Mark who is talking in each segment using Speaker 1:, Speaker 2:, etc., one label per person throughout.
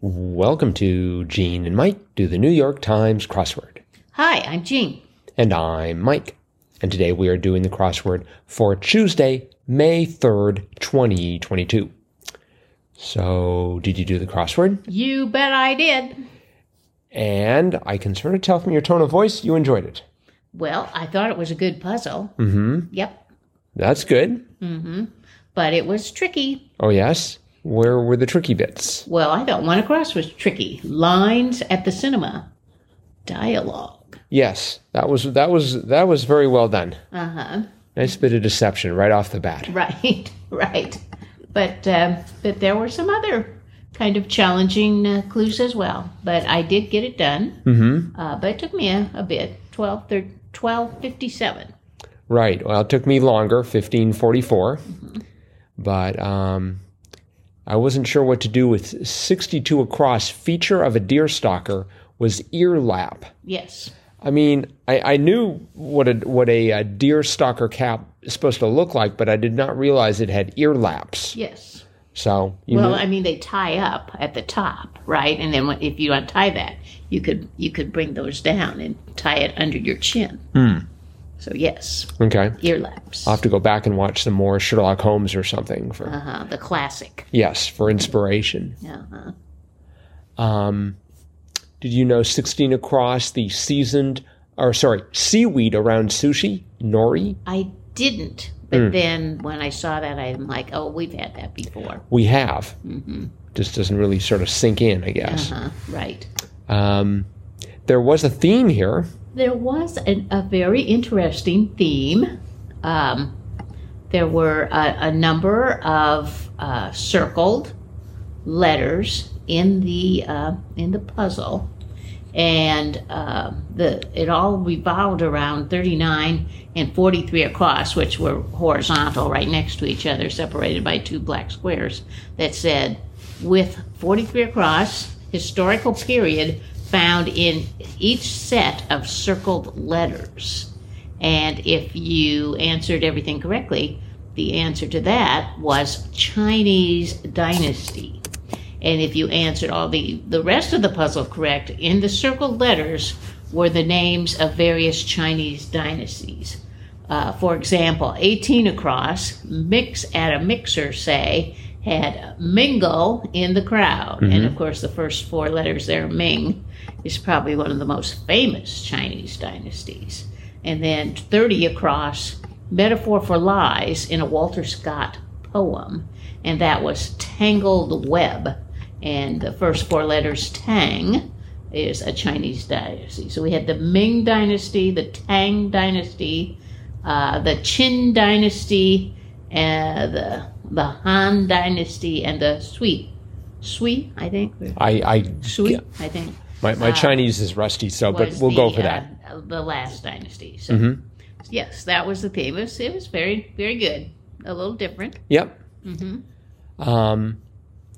Speaker 1: Welcome to Gene and Mike do the New York Times crossword.
Speaker 2: Hi, I'm Jean.
Speaker 1: And I'm Mike. And today we are doing the crossword for Tuesday, May 3rd, 2022. So, did you do the crossword?
Speaker 2: You bet I did.
Speaker 1: And I can sort of tell from your tone of voice you enjoyed it.
Speaker 2: Well, I thought it was a good puzzle.
Speaker 1: Mm hmm.
Speaker 2: Yep.
Speaker 1: That's good.
Speaker 2: But it was tricky.
Speaker 1: Oh, yes. Where were the tricky bits?
Speaker 2: Well, I thought one across was tricky. Lines at the cinema. Dialogue.
Speaker 1: Yes, that was that was that was very well done.
Speaker 2: Uh huh.
Speaker 1: Nice bit of deception right off the bat.
Speaker 2: Right. right. But um, but there were some other kind of challenging uh, clues as well. But I did get it done. Mm-hmm. Uh, but it took me a, a bit. 12, 13, 12, 57.
Speaker 1: Right. Well, it took me longer, 1544.
Speaker 2: Mm-hmm.
Speaker 1: But um, I wasn't sure what to do with 62 across. Feature of a deer stalker was ear lap.
Speaker 2: Yes.
Speaker 1: I mean, I, I knew what a what a, uh deer stalker cap is supposed to look like, but I did not realize it had ear laps.
Speaker 2: Yes.
Speaker 1: So you
Speaker 2: Well,
Speaker 1: know,
Speaker 2: I mean, they tie up at the top, right? And then when- if you untie that, you could you could bring those down and tie it under your chin. So yes,
Speaker 1: okay.
Speaker 2: ear laps,
Speaker 1: I'll have to go back and watch some more Sherlock Holmes or something for
Speaker 2: uh-huh, the classic.
Speaker 1: yes for inspiration.
Speaker 2: Uh-huh.
Speaker 1: Did you know 16 across the seasoned or sorry seaweed around sushi nori?
Speaker 2: I didn't, but then when I saw that, I'm like, oh, we've had that before,
Speaker 1: We have.
Speaker 2: Mm-hmm.
Speaker 1: Just doesn't really sort of sink in, I guess.
Speaker 2: huh? Uh-huh, Right. Uh-huh.
Speaker 1: Um, there was a theme here.
Speaker 2: There was an, a very interesting theme. Um, there were a, a number of uh, circled letters in the uh, in the puzzle, and uh, the it all revolved around 39 and 43 across, which were horizontal, right next to each other, separated by two black squares that said, "With 43 across, historical period found in each set of circled letters." And if you answered everything correctly, the answer to that was Chinese dynasty. And if you answered all the, the rest of the puzzle correct, in the circled letters were the names of various Chinese dynasties. Uh, for example, 18 across, mix at a mixer, say, had Mingo in the crowd. And of course, the first four letters there, Ming, is probably one of the most famous Chinese dynasties. And then 30 across, metaphor for lies in a Walter Scott poem. And that was Tangled Web. And the first four letters, Tang, is a Chinese dynasty. So we had the Ming dynasty, the Tang dynasty, uh, the Qin dynasty, uh, the the Han dynasty, and the Sui, Sui, I think,
Speaker 1: I, I
Speaker 2: Sui, I think.
Speaker 1: my, my Chinese is rusty, so but
Speaker 2: Ah. was
Speaker 1: we'll
Speaker 2: the,
Speaker 1: go for
Speaker 2: uh,
Speaker 1: that. Mm-hmm.
Speaker 2: The last dynasty. So, yes, that was the theme. It was, it was very very good. A little different.
Speaker 1: Yep.
Speaker 2: Mm-hmm.
Speaker 1: Um,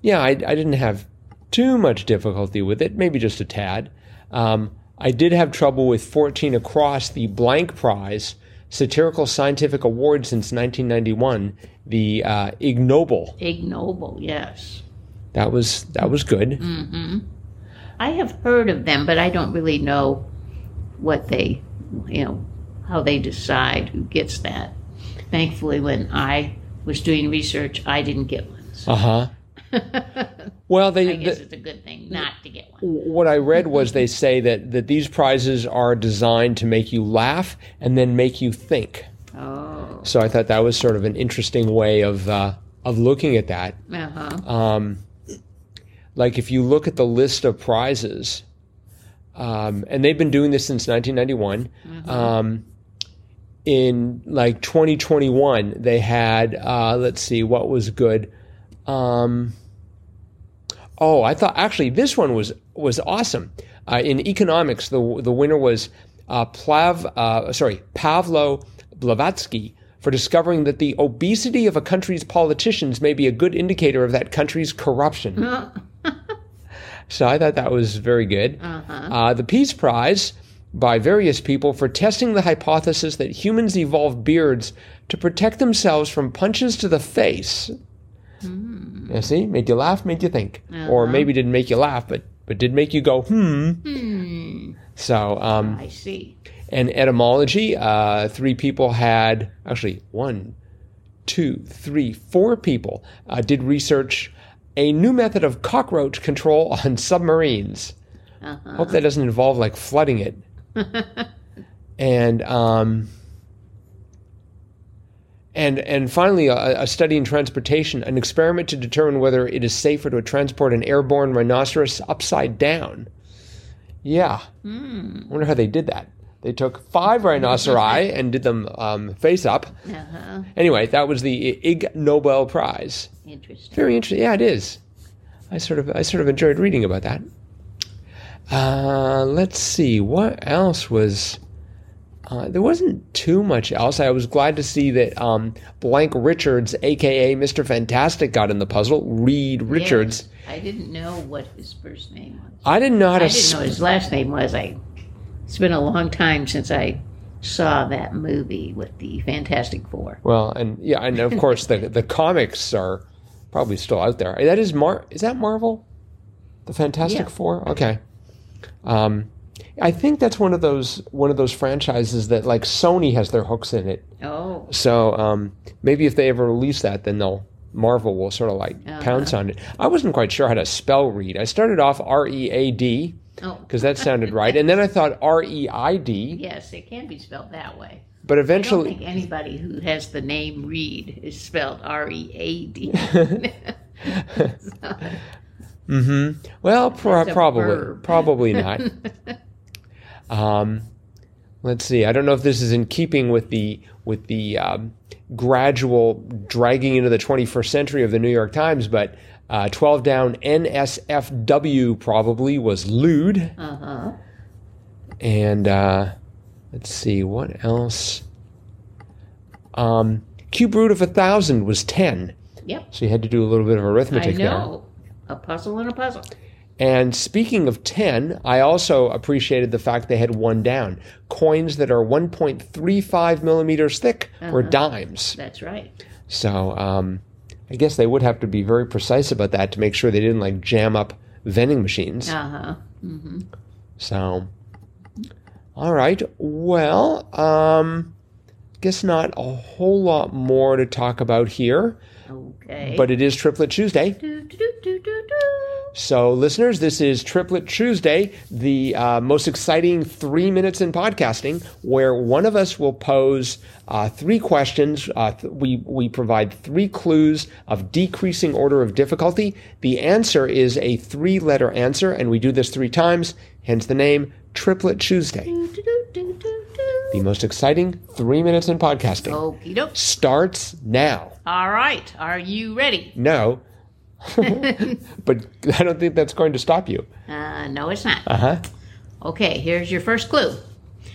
Speaker 1: yeah, I, I didn't have too much difficulty with it, maybe just a tad. Um, I did have trouble with 14 across the blank prize satirical scientific award since 1991, the uh, ignoble.
Speaker 2: Ignoble. Yes,
Speaker 1: That was that was good.
Speaker 2: Mm. I have heard of them, but I don't really know what they, you know, how they decide who gets that. Thankfully, when I was doing research, I didn't get one. So
Speaker 1: Uh huh. well, they,
Speaker 2: I guess
Speaker 1: the-
Speaker 2: it's a good thing not to get one.
Speaker 1: what I read was they say that that these prizes are designed to make you laugh and then make you think.
Speaker 2: Oh,
Speaker 1: So I thought that was sort of an interesting way of uh, of looking at that.
Speaker 2: uh huh.
Speaker 1: Um, Like if you look at the list of prizes, um, and they've been doing this since 1991. Um, in like 2021, they had uh, let's see what was good. Um, oh, I thought actually this one was was awesome. Uh, in economics, the the winner was uh, Plav, uh, sorry Pavlo Blavatsky for discovering that the obesity of a country's politicians may be a good indicator of that country's corruption. So I thought that was very good. Uh, the Peace Prize by various people for testing the hypothesis that humans evolved beards to protect themselves from punches to the face. Now, see, made you laugh, made you think, or maybe didn't make you laugh, but but did make you go hmm.
Speaker 2: Hmm.
Speaker 1: So, um,
Speaker 2: I see.
Speaker 1: and etymology, uh, three people had actually one, two, three, four people uh, did research a new method of cockroach control on submarines.
Speaker 2: Uh-huh.
Speaker 1: Hope that doesn't involve like flooding it. and um, and and finally, a, a study in transportation, an experiment to determine whether it is safer to transport an airborne rhinoceros upside down. Yeah,
Speaker 2: Hmm.
Speaker 1: I wonder how they did that. They took five rhinoceri and did them um, face up.
Speaker 2: Uh-huh.
Speaker 1: Anyway, that was the Ig Nobel Prize.
Speaker 2: Interesting.
Speaker 1: Very interesting. Yeah, it is. I sort of I sort of enjoyed reading about that. Uh, let's see what else was. Uh, there wasn't too much else. I was glad to see that um, Blank Richards, aka Mister Fantastic, got in the puzzle. Reed Richards.
Speaker 2: Yes. I didn't know what his first name was.
Speaker 1: I didn't know how to.
Speaker 2: I didn't know his last name was. I. It's been a long time since I saw that movie with the Fantastic Four.
Speaker 1: Well, and yeah, and of course the the comics are probably still out there. That is Mar is that Marvel? The Fantastic
Speaker 2: Yeah.
Speaker 1: Four? Okay. Um I think that's one of those one of those franchises that like Sony has their hooks in it.
Speaker 2: Oh,
Speaker 1: So um maybe if they ever release that then they'll Marvel will sort of like
Speaker 2: Uh-huh.
Speaker 1: pounce on it. I wasn't quite sure how to spell read. I started off R E A D
Speaker 2: oh,
Speaker 1: because that sounded right, and then I thought R E I D,
Speaker 2: yes, it can be spelled that way.
Speaker 1: but
Speaker 2: I don't
Speaker 1: eventually
Speaker 2: think anybody who has the name Reed is spelled R E A D.
Speaker 1: Mm-hmm. Well, pro-
Speaker 2: That's a
Speaker 1: probably,
Speaker 2: verb.
Speaker 1: probably not. um, let's see. I don't know if this is in keeping with the with the um, gradual dragging into the 21st century of the New York Times, but uh, 12 down NSFW probably was lewd.
Speaker 2: Uh huh.
Speaker 1: And uh, let's see what else. Um, cube root of a thousand was 10,
Speaker 2: Yep.
Speaker 1: so you had to do a little bit of
Speaker 2: I
Speaker 1: arithmetic there.
Speaker 2: know. A puzzle and a puzzle.
Speaker 1: And speaking of 10, I also appreciated the fact they had one down. Coins that are 1.35 millimeters thick were
Speaker 2: Uh-huh.
Speaker 1: dimes.
Speaker 2: That's right.
Speaker 1: So um, I guess they would have to be very precise about that to make sure they didn't like jam up vending machines.
Speaker 2: Uh huh. Mm-hmm.
Speaker 1: So, all right. Well, um, guess not a whole lot more to talk about here,
Speaker 2: Okay.
Speaker 1: but it is Triplet Tuesday.
Speaker 2: Do, do, do, do, do, do.
Speaker 1: So, listeners, this is Triplet Tuesday, the uh, most exciting three minutes in podcasting, where one of us will pose uh, three questions. Uh, th- we we provide three clues of decreasing order of difficulty. The answer is a three-letter answer, and we do this three times. Hence the name Triplet Tuesday,
Speaker 2: Do, do, do, do, do, do.
Speaker 1: the most exciting three minutes in podcasting.
Speaker 2: Okie doke.
Speaker 1: Starts now.
Speaker 2: All right. Are you ready?
Speaker 1: No, but I don't think that's going to stop you.
Speaker 2: Uh, no, it's not.
Speaker 1: Uh huh.
Speaker 2: Okay, here's your first clue.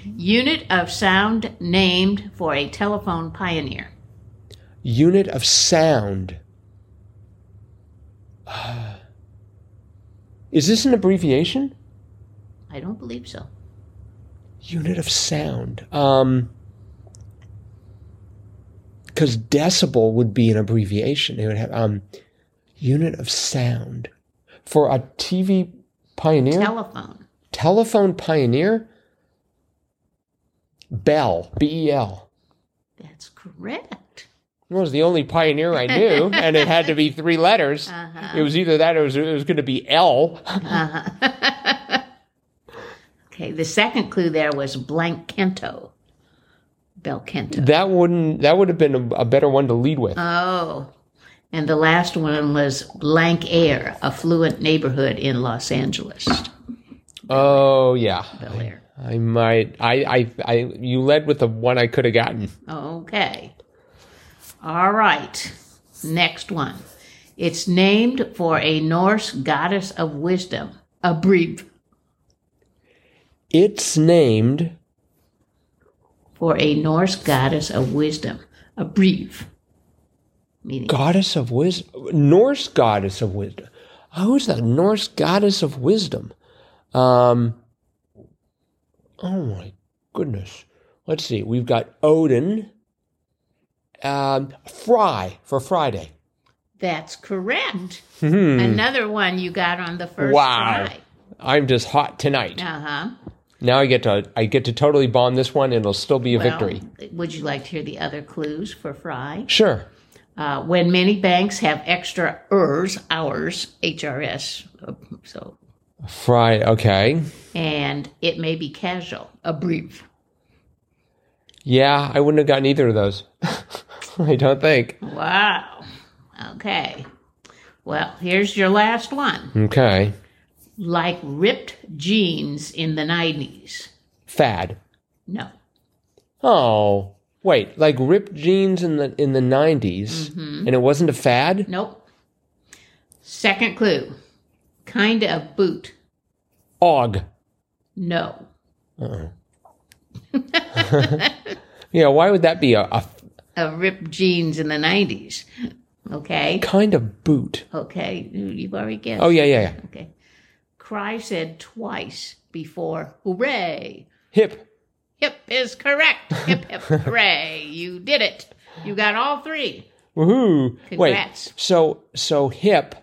Speaker 2: Unit of sound named for a telephone pioneer.
Speaker 1: unit of sound. Ah. Is this an abbreviation?
Speaker 2: I don't believe so.
Speaker 1: Unit of sound. Um, because decibel would be an abbreviation. It would have um, unit of sound for a TV pioneer,
Speaker 2: Telephone.
Speaker 1: telephone pioneer. Bell, B E L.
Speaker 2: That's correct.
Speaker 1: It was the only pioneer I knew, and it had to be three letters. It was either that or it was, it was going to be L.
Speaker 2: Okay, the second clue there was Blankento. Belcanto.
Speaker 1: That wouldn't. That would have been a, a better one to lead with.
Speaker 2: Oh. And the last one was Blank Air, a fluent neighborhood in Los Angeles.
Speaker 1: oh yeah,
Speaker 2: Bel Air.
Speaker 1: I might. I, I. I. You led with the one I could have gotten.
Speaker 2: Okay. All right. Next one. It's named for a Norse goddess of wisdom, a brief
Speaker 1: It's named.
Speaker 2: for a Norse goddess of wisdom, a brief. Meaning
Speaker 1: goddess of wisdom, Norse goddess of wisdom. Who is that Norse goddess of wisdom? Um, oh my goodness. Let's see. We've got Odin. Um, Fry for Friday.
Speaker 2: That's correct. Another one you got on the first
Speaker 1: Hmm. Wow.
Speaker 2: try.
Speaker 1: I'm just hot tonight.
Speaker 2: Uh huh.
Speaker 1: Now I get to I get to totally bomb this one, and it'll still be a victory.
Speaker 2: Would you like to hear the other clues for Fry?
Speaker 1: Sure.
Speaker 2: Uh, when many banks have extra ERS, hours, HRS, uh, so,
Speaker 1: Fry. Okay.
Speaker 2: and it may be casual, a brief.
Speaker 1: Yeah, I wouldn't have gotten either of those. I don't think.
Speaker 2: Wow. Okay. Well, here's your last one.
Speaker 1: Okay.
Speaker 2: Like ripped jeans in the 90s.
Speaker 1: Fad.
Speaker 2: No.
Speaker 1: Oh, wait. Like ripped jeans in the in the 90s and it wasn't a fad?
Speaker 2: Nope. Second clue. Kind of boot.
Speaker 1: Og.
Speaker 2: No.
Speaker 1: Yeah, why would that be a, a
Speaker 2: A ripped jeans in the 90s. Okay.
Speaker 1: kind of boot?
Speaker 2: Okay. You- You've already guessed.
Speaker 1: Oh yeah, yeah, yeah.
Speaker 2: Okay. Cry said twice before hooray.
Speaker 1: Hip.
Speaker 2: Hip is correct. Hip, hip, hooray. You did it. You got all three.
Speaker 1: Woohoo.
Speaker 2: Congrats.
Speaker 1: Wait. So so hip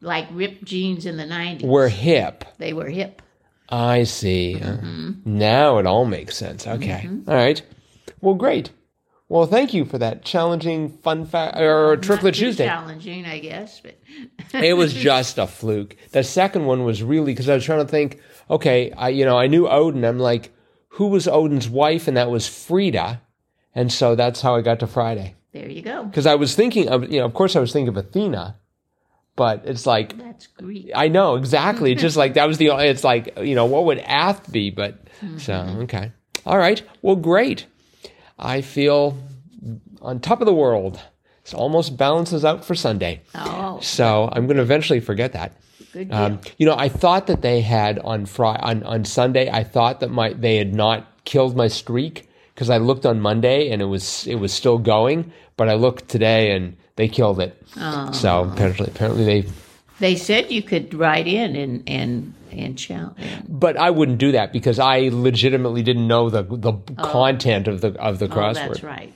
Speaker 2: Like ripped jeans in the 90s.
Speaker 1: We're hip.
Speaker 2: They were hip.
Speaker 1: I see. Uh, Now it all makes sense. Okay. All right. Well, great. Well, thank you for that challenging fun fact or
Speaker 2: Not
Speaker 1: triplet
Speaker 2: too
Speaker 1: Tuesday.
Speaker 2: Challenging, I guess. But
Speaker 1: it was just a fluke. The second one was really because I was trying to think. Okay, I you know I knew Odin. I'm like, who was Odin's wife? And that was Frida, and so that's how I got to Friday.
Speaker 2: there you go.
Speaker 1: Because I was thinking of you know of course I was thinking of Athena, but it's like
Speaker 2: That's Greek.
Speaker 1: I know exactly. It's just like that was the it's like you know what would Ath be? But so okay, all right. Well, great. I feel on top of the world. It almost balances out for Sunday.
Speaker 2: Oh,
Speaker 1: So I'm going to eventually forget that.
Speaker 2: good deal.
Speaker 1: Um, You know, I thought that they had on Friday, on, on Sunday. I thought that my they had not killed my streak because I looked on Monday and it was it was still going. But I looked today and they killed it. So apparently, apparently they.
Speaker 2: they said you could write in and and and challenge.
Speaker 1: But I wouldn't do that because I legitimately didn't know the the content of the of the
Speaker 2: Oh,
Speaker 1: crossword.
Speaker 2: that's right.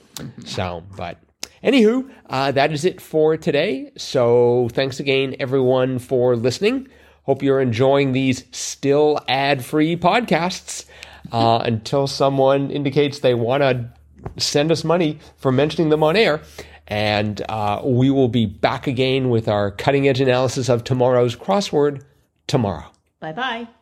Speaker 1: So, but anywho, uh, that is it for today. So, thanks again, everyone, for listening. Hope you're enjoying these still ad free podcasts uh, until someone indicates they want to send us money for mentioning them on air. And uh, we will be back again with our cutting edge analysis of tomorrow's crossword tomorrow.
Speaker 2: Bye bye.